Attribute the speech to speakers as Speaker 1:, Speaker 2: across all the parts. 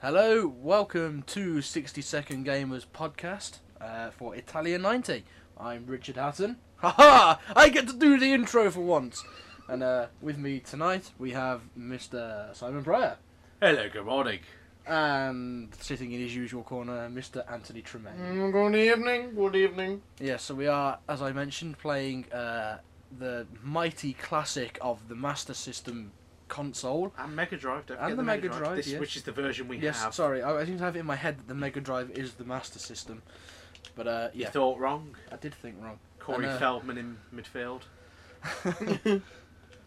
Speaker 1: Hello, welcome to 60 Second Gamers podcast uh, for Italia 90. I'm Richard Hatton. Haha! I get to do the intro for once. And uh, with me tonight we have Mr. Simon Pryor
Speaker 2: Hello, good morning.
Speaker 1: and sitting in his usual corner, Mr. Anthony Tremaine.
Speaker 2: Mm.
Speaker 3: Good evening. Good evening.
Speaker 1: Yeah, so we are, as I mentioned, playing uh, the mighty classic of the Master System console.
Speaker 2: And Mega Drive, don't
Speaker 1: And
Speaker 2: forget
Speaker 1: the Mega Drive,
Speaker 2: this,
Speaker 1: yes.
Speaker 2: which is the version we
Speaker 1: yes,
Speaker 2: have.
Speaker 1: sorry, I, I seem to have it in my head that the Mega Drive is the Master System. But uh,
Speaker 2: You
Speaker 1: yeah,
Speaker 2: thought wrong.
Speaker 1: I did think wrong.
Speaker 2: Corey
Speaker 1: And, uh,
Speaker 2: Feldman in midfield.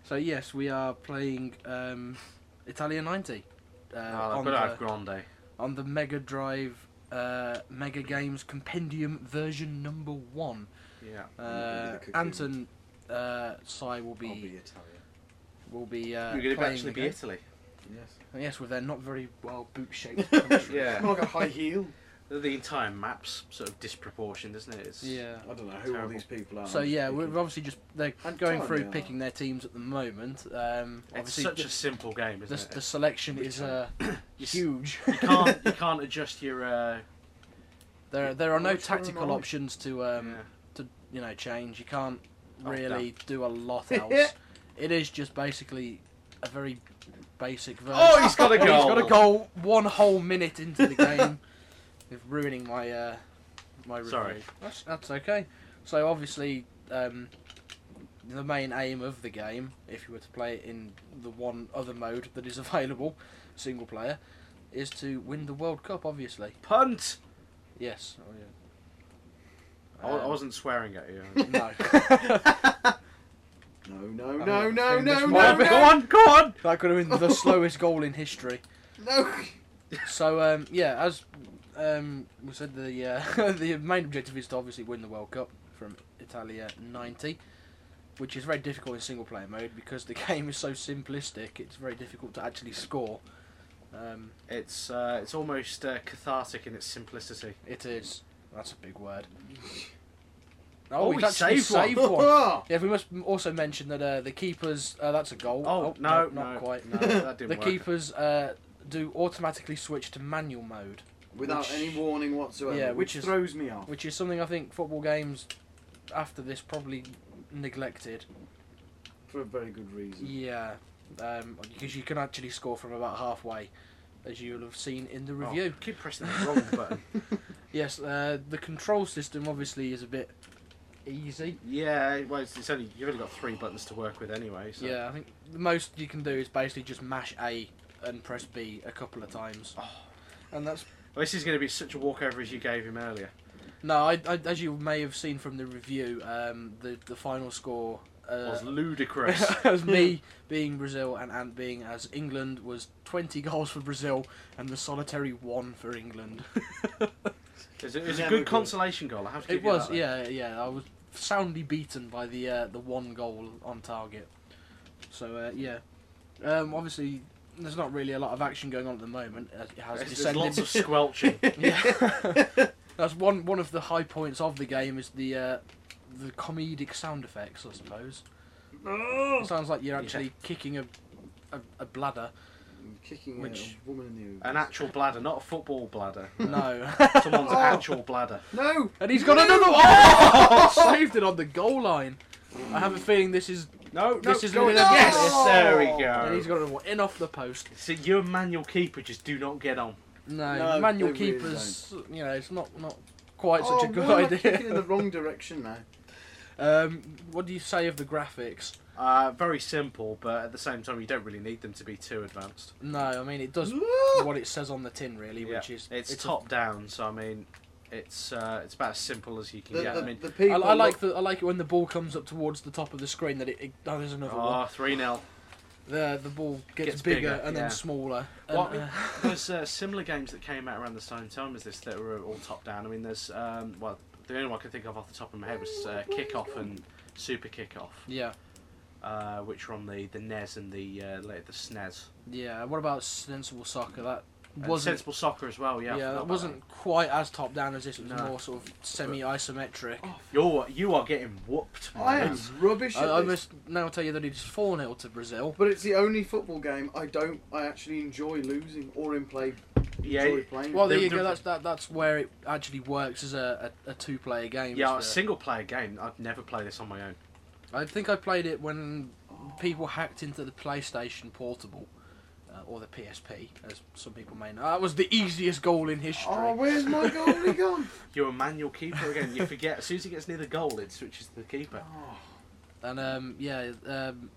Speaker 1: So yes, we are playing um, Italia 90 uh,
Speaker 2: Ah,
Speaker 1: on,
Speaker 2: but I've
Speaker 1: the,
Speaker 2: Grande.
Speaker 1: on the Mega Drive uh, Mega Games Compendium version number one.
Speaker 2: Yeah.
Speaker 1: Uh,
Speaker 3: the cocoon.
Speaker 1: Anton uh, Sai will
Speaker 3: I'll be
Speaker 1: be
Speaker 3: Italian.
Speaker 1: will be uh,
Speaker 2: We're going to
Speaker 1: playing
Speaker 2: eventually be
Speaker 1: again.
Speaker 2: Italy.
Speaker 3: Yes.
Speaker 1: And Yes, with their not very well boot shaped country.
Speaker 2: Yeah.
Speaker 3: I've got high heel.
Speaker 2: The the entire map's sort of disproportioned, isn't it? It's,
Speaker 1: Yeah.
Speaker 3: I don't know who all
Speaker 2: Terrible.
Speaker 3: these people are.
Speaker 1: So
Speaker 3: I'm
Speaker 1: yeah,
Speaker 3: just
Speaker 1: we're
Speaker 3: thinking.
Speaker 1: obviously just they're
Speaker 3: And
Speaker 1: going
Speaker 3: Tony
Speaker 1: through
Speaker 3: are.
Speaker 1: picking their teams at the moment. Um,
Speaker 2: It's
Speaker 1: obviously,
Speaker 2: such
Speaker 1: the,
Speaker 2: a simple game,
Speaker 1: the,
Speaker 2: isn't
Speaker 1: the
Speaker 2: it?
Speaker 1: selection is uh,
Speaker 2: You s-
Speaker 1: huge.
Speaker 2: You can't, you can't adjust your. Uh,
Speaker 1: there there are no
Speaker 3: Which one am
Speaker 1: tactical
Speaker 3: I?
Speaker 1: options to um,
Speaker 2: yeah.
Speaker 1: to you know change. You can't
Speaker 2: Oh,
Speaker 1: really do a lot else. it is just basically a very basic version.
Speaker 2: Oh, he's got a
Speaker 1: He's
Speaker 2: goal.
Speaker 1: got a goal one whole minute into the game. With ruining my uh, my review.
Speaker 2: Sorry.
Speaker 1: That's, that's okay. So obviously, um, the main aim of the game, if you were to play it in the one other mode that is available, single player, is to win the World Cup. Obviously,
Speaker 2: Punt!
Speaker 1: yes. Oh, yeah.
Speaker 2: I wa- I
Speaker 1: Um,
Speaker 2: wasn't swearing at you.
Speaker 1: No.
Speaker 3: No,
Speaker 1: I
Speaker 3: no, no,
Speaker 1: think
Speaker 3: no,
Speaker 1: this
Speaker 3: no,
Speaker 1: might
Speaker 3: no,
Speaker 1: have been-
Speaker 2: go
Speaker 3: no,
Speaker 2: on, go on!
Speaker 1: that could have been the slowest goal in history.
Speaker 3: no.
Speaker 1: So um, yeah, as um, we said, the uh, the main objective is to obviously win the World Cup from Italia '90, which is very difficult in single player mode because the game is so simplistic. It's very difficult to actually score. Um,
Speaker 2: It's, uh, it's almost uh, cathartic in its simplicity.
Speaker 1: it is. That's a big word.
Speaker 2: Oh,
Speaker 1: we've
Speaker 2: we
Speaker 1: actually
Speaker 2: saved one.
Speaker 1: Yeah, we must m- also mention that uh, the keepers. Uh, that's a goal.
Speaker 2: Oh, no,
Speaker 1: not
Speaker 2: no,
Speaker 1: quite.
Speaker 2: No, that
Speaker 1: the
Speaker 2: didn't work.
Speaker 1: keepers uh, do automatically switch to manual mode.
Speaker 3: Without
Speaker 1: Which-
Speaker 3: any warning whatsoever,
Speaker 1: Yeah, which
Speaker 3: which,
Speaker 1: is-
Speaker 3: throws me off.
Speaker 1: which is something I think football games after this probably neglected.
Speaker 3: for a very good reason.
Speaker 1: Yeah, because you can actually score from about halfway, as you'll have seen in the
Speaker 2: Oh,
Speaker 1: review.
Speaker 2: keep pressing the wrong button.
Speaker 1: Yes, uh, the control system obviously is a bit easy.
Speaker 2: Yeah, well, it's, it's only you've only got three buttons to work with anyway. So.
Speaker 1: Yeah, I think the most you can do is basically just mash A and press B a couple of times.
Speaker 2: Oh.
Speaker 1: And that's
Speaker 2: Well, this is going to be such a walkover as you gave him earlier.
Speaker 1: no, I, I, as you may have seen from the review, um, the the final score
Speaker 2: It
Speaker 1: uh,
Speaker 2: was ludicrous.
Speaker 1: as me being Brazil and Ant being as England was 20 goals for Brazil and the solitary one for England.
Speaker 2: it was a, it was a
Speaker 3: Never
Speaker 2: good,
Speaker 3: good.
Speaker 2: consolation goal. I have to give
Speaker 1: it
Speaker 2: you
Speaker 1: was,
Speaker 2: that, though.
Speaker 1: yeah, yeah. I was soundly beaten by the uh, the one goal on target. So uh, yeah, um, obviously there's not really a lot of action going on at the moment. as It
Speaker 2: There's,
Speaker 1: has
Speaker 2: there's
Speaker 1: descended.
Speaker 2: lots of squelching.
Speaker 1: yeah. That's one one of the high points of the game is the uh, the comedic sound effects, I suppose. It sounds like you're
Speaker 2: Oh. Yeah.
Speaker 1: actually kicking a, a, a bladder.
Speaker 3: I'm kicking
Speaker 1: Which-
Speaker 3: a woman in the ooze.
Speaker 2: An actual bladder, not a football bladder.
Speaker 1: No.
Speaker 2: Someone's
Speaker 3: Oh.
Speaker 2: actual bladder.
Speaker 3: No.
Speaker 1: And he's got another one! Oh, saved it on the goal line. I have a feeling this is.
Speaker 2: No,
Speaker 1: This is
Speaker 2: go
Speaker 1: really-
Speaker 2: in.
Speaker 1: No!
Speaker 2: Yes, there we
Speaker 1: And
Speaker 2: go.
Speaker 1: he's got another one in off the post.
Speaker 2: So you and manual keeper just do not get on.
Speaker 1: No,
Speaker 3: No,
Speaker 1: manual
Speaker 3: they really
Speaker 1: keepers. you know, it's not not quite
Speaker 3: oh,
Speaker 1: such a good
Speaker 3: why am I kicking in the
Speaker 1: idea.
Speaker 3: wrong direction now.
Speaker 1: Um, what do you say of the graphics?
Speaker 2: Uh, very simple, but at the same time, you don't really need them to be too advanced.
Speaker 1: No, I mean it does what it says on the tin, really,
Speaker 2: Yeah.
Speaker 1: which is
Speaker 2: it's,
Speaker 1: it's a-
Speaker 2: top down, so I mean, it's uh, it's about as simple as you can
Speaker 3: The,
Speaker 2: get.
Speaker 3: the,
Speaker 2: I mean,
Speaker 3: the
Speaker 1: I,
Speaker 3: people.
Speaker 1: I like the I like it when the ball comes up towards the top of the screen. That it, it oh, there's another one.
Speaker 2: ah, three 0
Speaker 1: The the ball gets,
Speaker 2: Gets
Speaker 1: bigger,
Speaker 2: bigger,
Speaker 1: and
Speaker 2: yeah.
Speaker 1: then smaller. And,
Speaker 2: What-
Speaker 1: uh,
Speaker 2: There's uh, similar games that came out around the same time as this that were all top down. I mean, there's um, well, the only one I can think of off the top of my head was uh, Kickoff and Super Kickoff,
Speaker 1: yeah,
Speaker 2: uh, which were on the the NES and the uh, later the SNES.
Speaker 1: yeah. What about sensible soccer? That
Speaker 2: And
Speaker 1: wasn't
Speaker 2: sensible soccer as well. Yeah, I
Speaker 1: yeah,
Speaker 2: forgot
Speaker 1: it
Speaker 2: about
Speaker 1: wasn't quite as top down as this. It was
Speaker 2: No. Oh,
Speaker 1: more sort of semi isometric.
Speaker 2: that. You're you are getting whooped.
Speaker 3: I am
Speaker 2: mate.
Speaker 3: rubbish.
Speaker 1: I,
Speaker 3: at
Speaker 1: I
Speaker 3: this.
Speaker 1: must now tell you that it's four 0 to Brazil.
Speaker 3: But it's the only football game I don't. I actually enjoy losing or in play.
Speaker 2: Yeah,
Speaker 3: enjoy playing.
Speaker 1: Well, there
Speaker 2: The-
Speaker 1: you
Speaker 2: the-
Speaker 1: go. That's that. That's where it actually works as a, a, a two player game.
Speaker 2: Yeah, a
Speaker 1: It's the-
Speaker 2: single player game. I'd never play this on my own.
Speaker 1: I think I played it when
Speaker 3: Oh.
Speaker 1: people hacked into the PlayStation Portable. Uh, or the PSP, as some people may know. That was the easiest goal in history.
Speaker 3: Oh, where's my goalie gone?
Speaker 2: You're a manual keeper again. You forget as soon as he gets near the goal, it switches to the keeper.
Speaker 3: Oh,
Speaker 1: And um, yeah, um,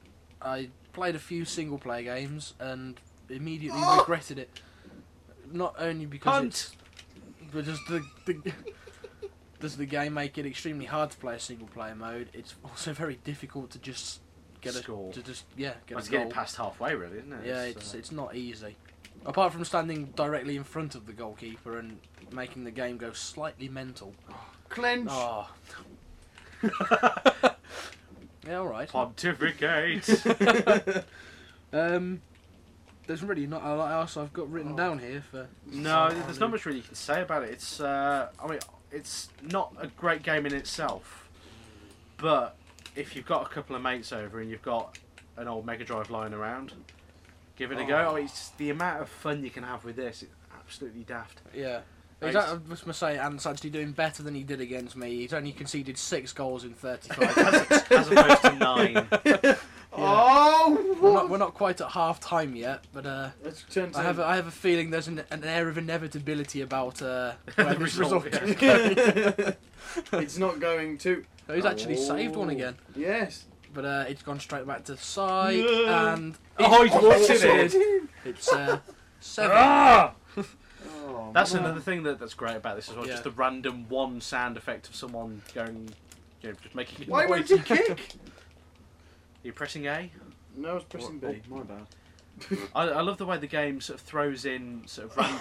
Speaker 1: I played a few single player games and immediately
Speaker 3: Oh!
Speaker 1: regretted it. Not only because
Speaker 2: Punt.
Speaker 1: it's, but just the, the does the game make it extremely hard to play a single player mode. It's also very difficult to just get a
Speaker 2: Score.
Speaker 1: to just yeah get
Speaker 2: Well, it's
Speaker 1: a goal.
Speaker 2: getting past halfway, really, isn't it? uh,
Speaker 1: yeah, it's it's not easy. Apart from standing directly in front of the goalkeeper and making the game go slightly mental.
Speaker 3: clench.
Speaker 1: Oh, yeah, all right.
Speaker 2: Pontificate.
Speaker 1: Um, there's really not a lot else I've got written
Speaker 3: Oh.
Speaker 1: down here for.
Speaker 2: no, there's not much really you can say about it. It's, uh, I mean, it's not a great game in itself, but if you've got a couple of mates over and you've got an old Mega Drive lying around, give it a go.
Speaker 3: Oh.
Speaker 2: It's the amount of fun you can have with this. It's absolutely daft.
Speaker 1: Yeah.
Speaker 2: Thanks.
Speaker 1: He's, I must must say, Ant's actually doing better than he did against me. He's only conceded six goals in 35 games.
Speaker 2: As opposed to nine.
Speaker 3: Oh,
Speaker 1: We're not, we're not quite at half time yet, but uh,
Speaker 3: Let's turn to
Speaker 1: I have a, I have a feeling there's an, an air of inevitability about uh,
Speaker 2: The
Speaker 1: where this
Speaker 2: result,
Speaker 1: result,
Speaker 2: yeah.
Speaker 1: is going.
Speaker 3: it's not going to.
Speaker 1: So He's actually saved one
Speaker 2: Oh.
Speaker 1: again,
Speaker 3: Yes.
Speaker 1: but uh, it's gone straight back to side,
Speaker 3: No.
Speaker 1: and
Speaker 2: Oh, he's watching
Speaker 1: it.
Speaker 2: it.
Speaker 1: it's uh, seven.
Speaker 2: Ah!
Speaker 3: Oh,
Speaker 2: That's
Speaker 3: man.
Speaker 2: another thing that, that's great about this as well.
Speaker 1: Yeah.
Speaker 2: Just the random one sound effect of someone going, you know, just making a
Speaker 3: Why
Speaker 2: noise.
Speaker 3: won't you kick?
Speaker 2: You're pressing A.
Speaker 3: No, I was pressing
Speaker 2: Or-
Speaker 3: B. My bad.
Speaker 2: I, I love the way the game sort of throws in sort of ran-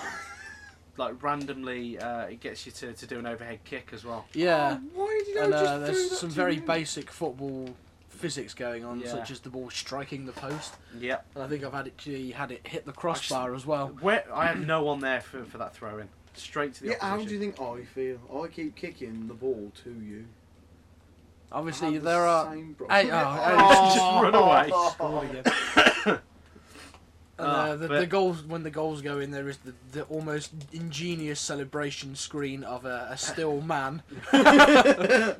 Speaker 2: like randomly. Uh, it gets you to, to do an overhead kick as well.
Speaker 1: Yeah.
Speaker 3: Oh, why did I
Speaker 1: and uh,
Speaker 3: just do that
Speaker 1: there's some
Speaker 3: to
Speaker 1: very
Speaker 3: you?
Speaker 1: basic football physics going on,
Speaker 2: Yeah.
Speaker 1: such as the ball striking the post.
Speaker 2: Yep.
Speaker 1: And I think I've had it actually had it hit the crossbar as well.
Speaker 2: Where I have no one there for, for that throw in. Straight to the
Speaker 3: Yeah, how do you
Speaker 2: opposition.
Speaker 3: think I feel? I keep kicking the ball to you. I
Speaker 1: Obviously,
Speaker 3: have the
Speaker 1: there are. Oh,
Speaker 3: same problem.
Speaker 1: Hey, oh,
Speaker 2: Oh, just run away.
Speaker 1: Scored again. And,
Speaker 2: Ah,
Speaker 1: uh, the,
Speaker 2: but-
Speaker 1: the goals when the goals go in, there is the, the almost ingenious celebration screen of a, a still man. and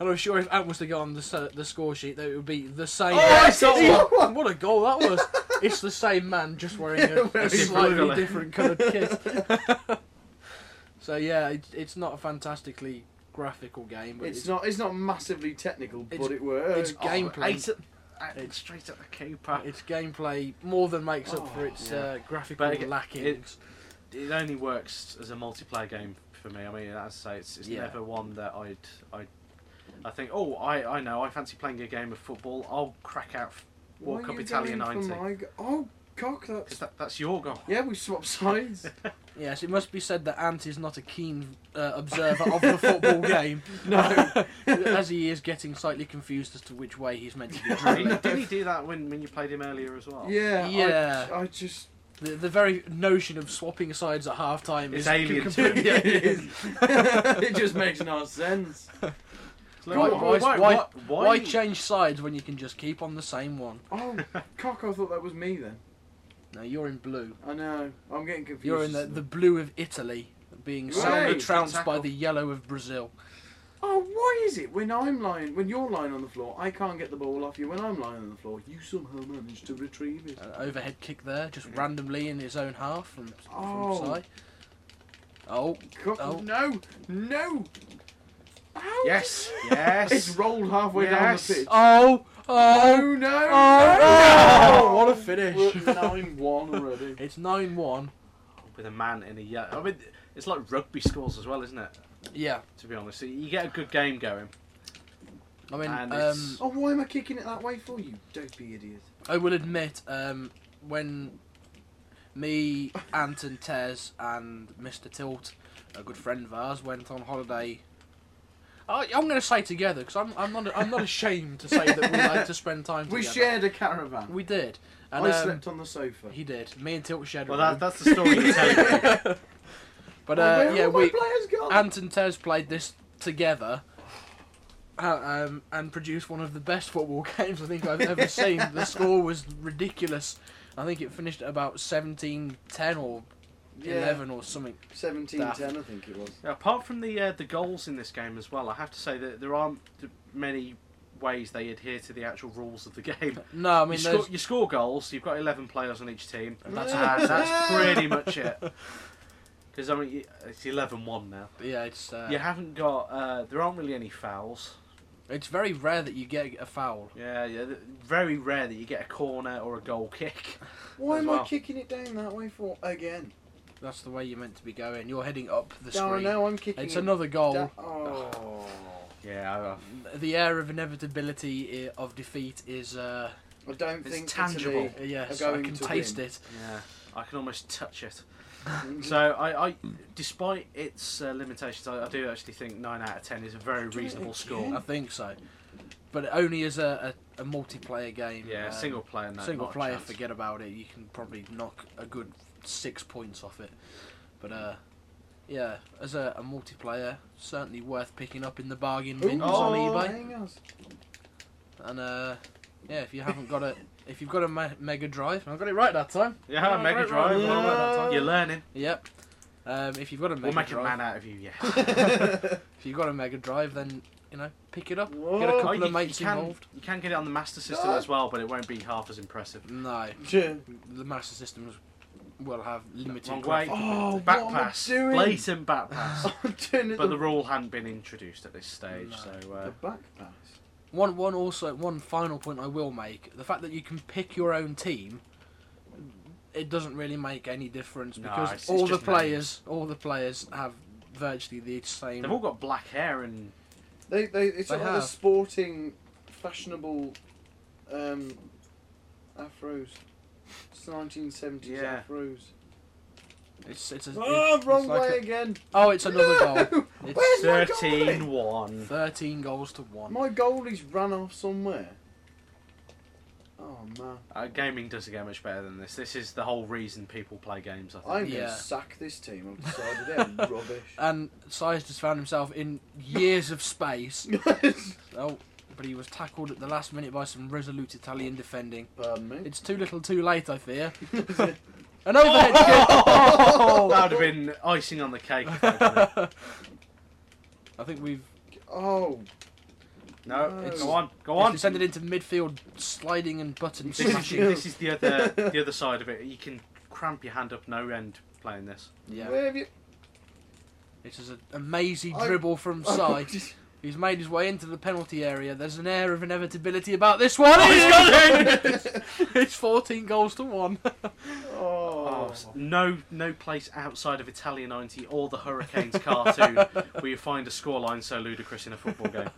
Speaker 1: I'm sure if Ant was to go on the se- the score sheet, that it would be the same.
Speaker 3: Oh, I saw one!
Speaker 1: What a goal that was! it's the same man just wearing
Speaker 3: Yeah,
Speaker 1: a,
Speaker 3: wearing
Speaker 1: a
Speaker 3: a
Speaker 1: slightly
Speaker 2: colour.
Speaker 1: different coloured kit. so yeah, it, it's not a fantastically graphical game, but
Speaker 3: It's,
Speaker 1: it's,
Speaker 3: not. It's not massively technical,
Speaker 1: It's-
Speaker 3: but it works. Oh,
Speaker 1: it's gameplay.
Speaker 2: Eight at-
Speaker 1: It's-
Speaker 2: straight at the keeper.
Speaker 1: Its gameplay more than makes up for
Speaker 3: Oh,
Speaker 1: its
Speaker 2: yeah.
Speaker 1: uh, graphical
Speaker 2: But it-
Speaker 1: lackings.
Speaker 2: it only works as a multiplayer game for me. I mean, as I say, it's, it's
Speaker 1: Yeah.
Speaker 2: never one that I'd I I think. Oh, I I know. I fancy playing a game of football. I'll crack out f-
Speaker 3: Why
Speaker 2: World
Speaker 3: are
Speaker 2: Cup
Speaker 3: you
Speaker 2: Italia
Speaker 3: going
Speaker 2: '90
Speaker 3: for my go- oh, cock!
Speaker 2: because
Speaker 3: That's
Speaker 2: that, that's your goal.
Speaker 3: yeah. We swapped sides.
Speaker 1: Yes, it must be said that Ant is not a keen uh, observer of the football game,
Speaker 3: no.
Speaker 1: as he is getting slightly confused as to which way he's meant to be
Speaker 2: Didn't
Speaker 1: dribbling.
Speaker 2: he- didn't he do that when, when you played him earlier as well?
Speaker 3: Yeah.
Speaker 1: Yeah.
Speaker 3: I, I just.
Speaker 1: the, the very notion of swapping sides at half time
Speaker 2: It's
Speaker 1: is
Speaker 2: alien to
Speaker 1: completely-
Speaker 2: him.
Speaker 1: Yeah, it is.
Speaker 3: it just makes no sense.
Speaker 2: It's like,
Speaker 1: Why-
Speaker 2: why,
Speaker 1: why-
Speaker 2: why,
Speaker 1: why-
Speaker 2: why-
Speaker 1: Why change sides when you can just keep on the same one?
Speaker 3: Oh, cock! I thought that was me then.
Speaker 1: No, you're in blue.
Speaker 3: I know. I'm getting confused.
Speaker 1: You're in the, the blue of Italy, being
Speaker 3: Right.
Speaker 1: soundly
Speaker 3: Good
Speaker 1: trounced
Speaker 2: tackle.
Speaker 1: by the yellow of Brazil.
Speaker 3: Oh, why is it when I'm lying, when you're lying on the floor, I can't get the ball off you. When I'm lying on the floor, you somehow manage to retrieve it.
Speaker 1: An Uh, overhead kick there, just randomly in his own half from,
Speaker 3: Oh.
Speaker 1: from Sai. Oh,
Speaker 3: God,
Speaker 1: Oh.
Speaker 3: No, no. How
Speaker 2: Yes,
Speaker 3: did-
Speaker 2: yes.
Speaker 3: It's rolled halfway
Speaker 2: Yes.
Speaker 3: down the pitch.
Speaker 1: oh,
Speaker 3: Oh
Speaker 1: oh,
Speaker 3: no!
Speaker 1: oh,
Speaker 3: no.
Speaker 1: what a finish.
Speaker 3: We're nine-one already.
Speaker 1: It's 9 1.
Speaker 2: with a man in a yellow? I mean, it's like rugby scores as well, isn't it?
Speaker 1: Yeah,
Speaker 2: To be honest, so you get a good game going.
Speaker 1: I mean,
Speaker 2: And
Speaker 1: um,
Speaker 2: it's-
Speaker 3: Oh, why am I kicking it that way for you? Dopey idiot.
Speaker 1: I will admit, um, when me, Anton Tez, and Mr. Tilt, a good friend of ours, went on holiday I, I'm going to say together because I'm, I'm not I'm not ashamed to say that we like to spend time.
Speaker 3: We
Speaker 1: together.
Speaker 3: shared a caravan.
Speaker 1: We did. And,
Speaker 3: I
Speaker 1: um,
Speaker 3: slept on the sofa.
Speaker 1: He did. Me and Tilt shared. a
Speaker 2: Well, that,
Speaker 1: room.
Speaker 2: that's the story you're telling. me.
Speaker 1: But
Speaker 3: Oh,
Speaker 1: uh,
Speaker 3: where
Speaker 1: yeah,
Speaker 3: have
Speaker 1: we
Speaker 3: my players gone?
Speaker 1: Ant and Tez played this together. uh, um, and produced one of the best football games I think I've ever seen. The score was ridiculous. I think it finished at about 17-10 or
Speaker 3: Yeah,
Speaker 1: 11 or something.
Speaker 3: 1710, I think it was.
Speaker 2: Now, apart from the uh, the goals in this game as well, I have to say that there aren't th- many ways they adhere to the actual rules of the game.
Speaker 1: No, I mean,
Speaker 2: you,
Speaker 1: there's,
Speaker 2: score, you score goals. You've got eleven players on each team.
Speaker 1: And
Speaker 2: That's
Speaker 1: that's-
Speaker 2: and that's pretty much it. Because I mean, y- it's 11-1 now.
Speaker 1: yeah, it's uh,
Speaker 2: You haven't got. Uh, there aren't really any fouls.
Speaker 1: it's very rare that you get a foul.
Speaker 2: Yeah, yeah. th- Very rare that you get a corner or a goal kick.
Speaker 3: Why
Speaker 2: As
Speaker 3: am I
Speaker 2: well.
Speaker 3: kicking it down that way for again?
Speaker 1: That's the way you're meant to be going. You're heading up the
Speaker 3: No,
Speaker 1: screen.
Speaker 3: no, I'm kicking
Speaker 1: It's
Speaker 3: it
Speaker 1: another goal.
Speaker 3: down. Oh.
Speaker 2: Yeah, I- I-
Speaker 1: The air of inevitability i- of defeat is uh,
Speaker 3: I don't
Speaker 2: It's
Speaker 3: think
Speaker 2: tangible.
Speaker 3: Italy-
Speaker 1: yes,
Speaker 3: Are
Speaker 1: I
Speaker 3: going
Speaker 1: can
Speaker 3: to
Speaker 1: taste
Speaker 3: win.
Speaker 1: it.
Speaker 2: yeah. I can almost touch it. So I, I despite its uh, limitations, I, I do actually think nine out of ten is a very reasonable score.
Speaker 1: I think so, but only as a, a, a multiplayer game.
Speaker 2: Yeah,
Speaker 1: um,
Speaker 2: single player. No,
Speaker 1: single
Speaker 2: not a
Speaker 1: player.
Speaker 2: chance.
Speaker 1: Forget about it. You can probably knock a good six points off it, but uh, yeah, as a, a multiplayer, certainly worth picking up in the bargain
Speaker 3: Ooh,
Speaker 1: bins on
Speaker 2: Oh.
Speaker 1: eBay.
Speaker 3: hang on.
Speaker 1: And uh, yeah, if you haven't got a, if you've got a Me- Mega Drive, I got it right that time.
Speaker 2: Yeah,
Speaker 1: No,
Speaker 2: Mega
Speaker 1: right,
Speaker 2: Drive.
Speaker 1: right,
Speaker 2: well done.
Speaker 1: right, right, right.
Speaker 2: You're learning.
Speaker 1: Yep. Um, if you've got a Mega
Speaker 2: we'll make a
Speaker 1: Drive,
Speaker 2: man out of you. Yeah.
Speaker 1: if you've got a Mega Drive, then you know pick it up. Get a
Speaker 3: Whoa.
Speaker 1: couple
Speaker 2: Oh, you,
Speaker 1: of mates
Speaker 2: you can,
Speaker 1: involved.
Speaker 2: You can get it on the Master System
Speaker 3: No.
Speaker 2: as well, but it won't be half as impressive.
Speaker 1: No,
Speaker 3: Yeah.
Speaker 1: the Master Systems will have limited.
Speaker 2: Wrong way.
Speaker 1: graphic.
Speaker 3: Oh, what
Speaker 2: back
Speaker 3: am I
Speaker 2: pass.
Speaker 3: doing?
Speaker 2: Blatant back pass.
Speaker 3: I'm doing it
Speaker 2: but
Speaker 3: the,
Speaker 2: the rule hadn't been introduced at this stage,
Speaker 1: No.
Speaker 2: so
Speaker 3: the
Speaker 2: uh,
Speaker 3: back pass.
Speaker 1: One, one also one final point I will make: the fact that you can pick your own team, it doesn't really make any difference
Speaker 2: No,
Speaker 1: because
Speaker 2: it's- it's
Speaker 1: all the
Speaker 2: just
Speaker 1: players, all the players have virtually the same.
Speaker 2: they've all got black hair and
Speaker 3: They, they, it's
Speaker 1: They
Speaker 3: like the
Speaker 1: have.
Speaker 3: sporting, fashionable um, afros. It's the 1970s
Speaker 2: Yeah.
Speaker 3: afros.
Speaker 1: It's it's a,
Speaker 3: Ah,
Speaker 1: it's
Speaker 3: wrong
Speaker 1: like
Speaker 3: way
Speaker 1: a-
Speaker 3: again.
Speaker 1: oh, it's another
Speaker 3: No!
Speaker 1: goal. It's
Speaker 3: Where's my goal?
Speaker 2: 13-1.
Speaker 1: thirteen goals to one.
Speaker 3: My goalie's run off somewhere. Oh man,
Speaker 2: Uh, gaming doesn't get much better than this. This is the whole reason people play games. I
Speaker 3: I'm
Speaker 2: think.
Speaker 3: gonna
Speaker 1: Yeah.
Speaker 3: sack this team. I've decided they're rubbish.
Speaker 1: And Size just found himself in years of space. Oh, but he was tackled at the last minute by some resolute Italian defending.
Speaker 3: Pardon me.
Speaker 1: It's too little, too late, I fear. An overhead kick.
Speaker 2: that would have been icing on the cake. if I'd done it.
Speaker 1: I think we've
Speaker 3: oh,
Speaker 2: No,
Speaker 3: No.
Speaker 2: go on, go
Speaker 1: It's
Speaker 2: on.
Speaker 1: descended into midfield, sliding and button
Speaker 2: This is,
Speaker 1: smashing.
Speaker 2: this is the other the other side of it. You can cramp your hand up no end playing this.
Speaker 1: Yeah,
Speaker 3: where have you?
Speaker 1: it is an amazing
Speaker 3: I-
Speaker 1: dribble from
Speaker 3: oh,
Speaker 1: side.
Speaker 3: just-
Speaker 1: He's made his way into the penalty area. There's an air of inevitability about this one.
Speaker 2: Oh,
Speaker 1: He's got it! it's 14 goals to one.
Speaker 2: Oh,
Speaker 3: Oh,
Speaker 2: s- no, no place outside of Italia '90 or the Hurricanes cartoon where you find a scoreline so ludicrous in a football game.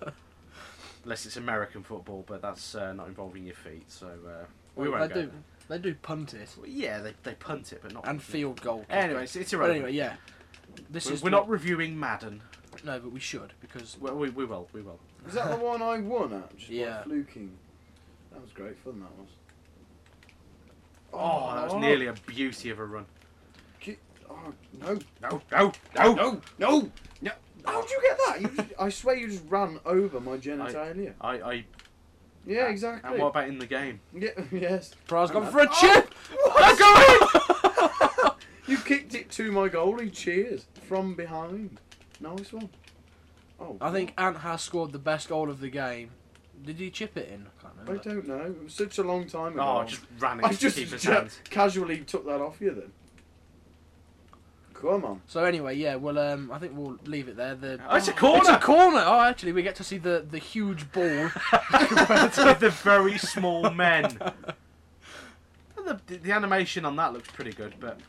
Speaker 2: Unless it's American football, but that's uh, not involving your feet, so uh, we
Speaker 1: Well,
Speaker 2: won't
Speaker 1: they
Speaker 2: go.
Speaker 1: do.
Speaker 2: there.
Speaker 1: They do punt it
Speaker 2: Well, yeah, they, they punt it, but not
Speaker 1: and field goal. kick.
Speaker 2: Anyway, it's, it's
Speaker 1: but
Speaker 2: irrelevant.
Speaker 1: anyway, yeah. This
Speaker 2: we're
Speaker 1: is
Speaker 2: we're
Speaker 1: what-
Speaker 2: not reviewing Madden.
Speaker 1: No, but we should because
Speaker 2: Well, we, we will, we will.
Speaker 3: is that the one I won at? Just
Speaker 1: Yeah.
Speaker 3: by fluking. That was great fun. That was.
Speaker 2: Oh, that was nearly a beauty of a run.
Speaker 3: Oh, no,
Speaker 2: No, no, no, no.
Speaker 3: no, no! How'd you get that? You just- I swear you just ran over my genitalia.
Speaker 2: I, I,
Speaker 3: yeah,
Speaker 2: and
Speaker 3: exactly.
Speaker 2: what about in the game?
Speaker 3: Yeah, yes.
Speaker 1: Pryor's gone
Speaker 3: Hang
Speaker 1: for
Speaker 2: Oh,
Speaker 1: a
Speaker 3: on.
Speaker 1: chip.
Speaker 3: What?
Speaker 1: That's going!
Speaker 3: You kicked it to my goalie. Cheers from behind. Nice one. Oh,
Speaker 1: I think Ant has scored the best goal of the game. Did he chip it in? I can't
Speaker 3: I
Speaker 1: remember.
Speaker 3: don't know. It was such a long time ago.
Speaker 2: Oh, I just ran it.
Speaker 3: I
Speaker 2: to
Speaker 3: just
Speaker 2: keep his
Speaker 3: ju-
Speaker 2: hands.
Speaker 3: casually took that off you then. Come on.
Speaker 1: So anyway, yeah, well, um, I think we'll leave it there. The
Speaker 2: Oh, it's a corner.
Speaker 1: It's a corner. Oh, actually, we get to see the the huge ball.
Speaker 2: With the very small men. The, the animation on that looks pretty good, but.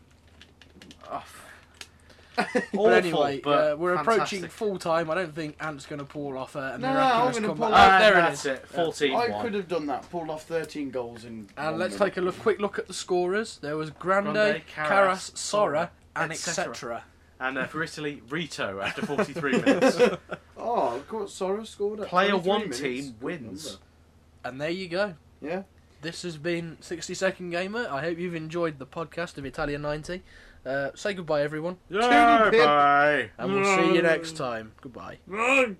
Speaker 2: Oh, awful,
Speaker 1: but anyway,
Speaker 2: but
Speaker 1: uh, we're approaching
Speaker 2: fantastic.
Speaker 1: full time. I don't think Ant's going to pull off a, a
Speaker 3: No, no,
Speaker 1: miraculous
Speaker 3: I'm gonna
Speaker 1: comeback.
Speaker 3: pull
Speaker 1: Ah,
Speaker 3: off-
Speaker 1: there it
Speaker 2: that's
Speaker 1: is.
Speaker 2: it. 14
Speaker 3: I could have done that. Pulled off 13 goals in.
Speaker 1: And
Speaker 3: one
Speaker 1: let's
Speaker 3: minute.
Speaker 1: take a look, quick look at the scorers. There was Grande,
Speaker 2: Grande, Caras,
Speaker 1: Caras, Sora, and
Speaker 2: et cetera.
Speaker 1: etc.
Speaker 2: And uh, for Italy, Rito after 43 minutes.
Speaker 3: Oh, look what Soros scored at
Speaker 2: Player
Speaker 3: 23
Speaker 2: one
Speaker 3: minutes.
Speaker 2: team
Speaker 3: Good
Speaker 2: wins.
Speaker 3: number.
Speaker 1: And there you go.
Speaker 3: Yeah.
Speaker 1: This has been 60 Second Gamer. I hope you've enjoyed the podcast of Italian 90. Uh, say goodbye, everyone,
Speaker 2: Yeah,
Speaker 3: pip.
Speaker 2: bye.
Speaker 1: and we'll see you next time. Goodbye.
Speaker 3: Run!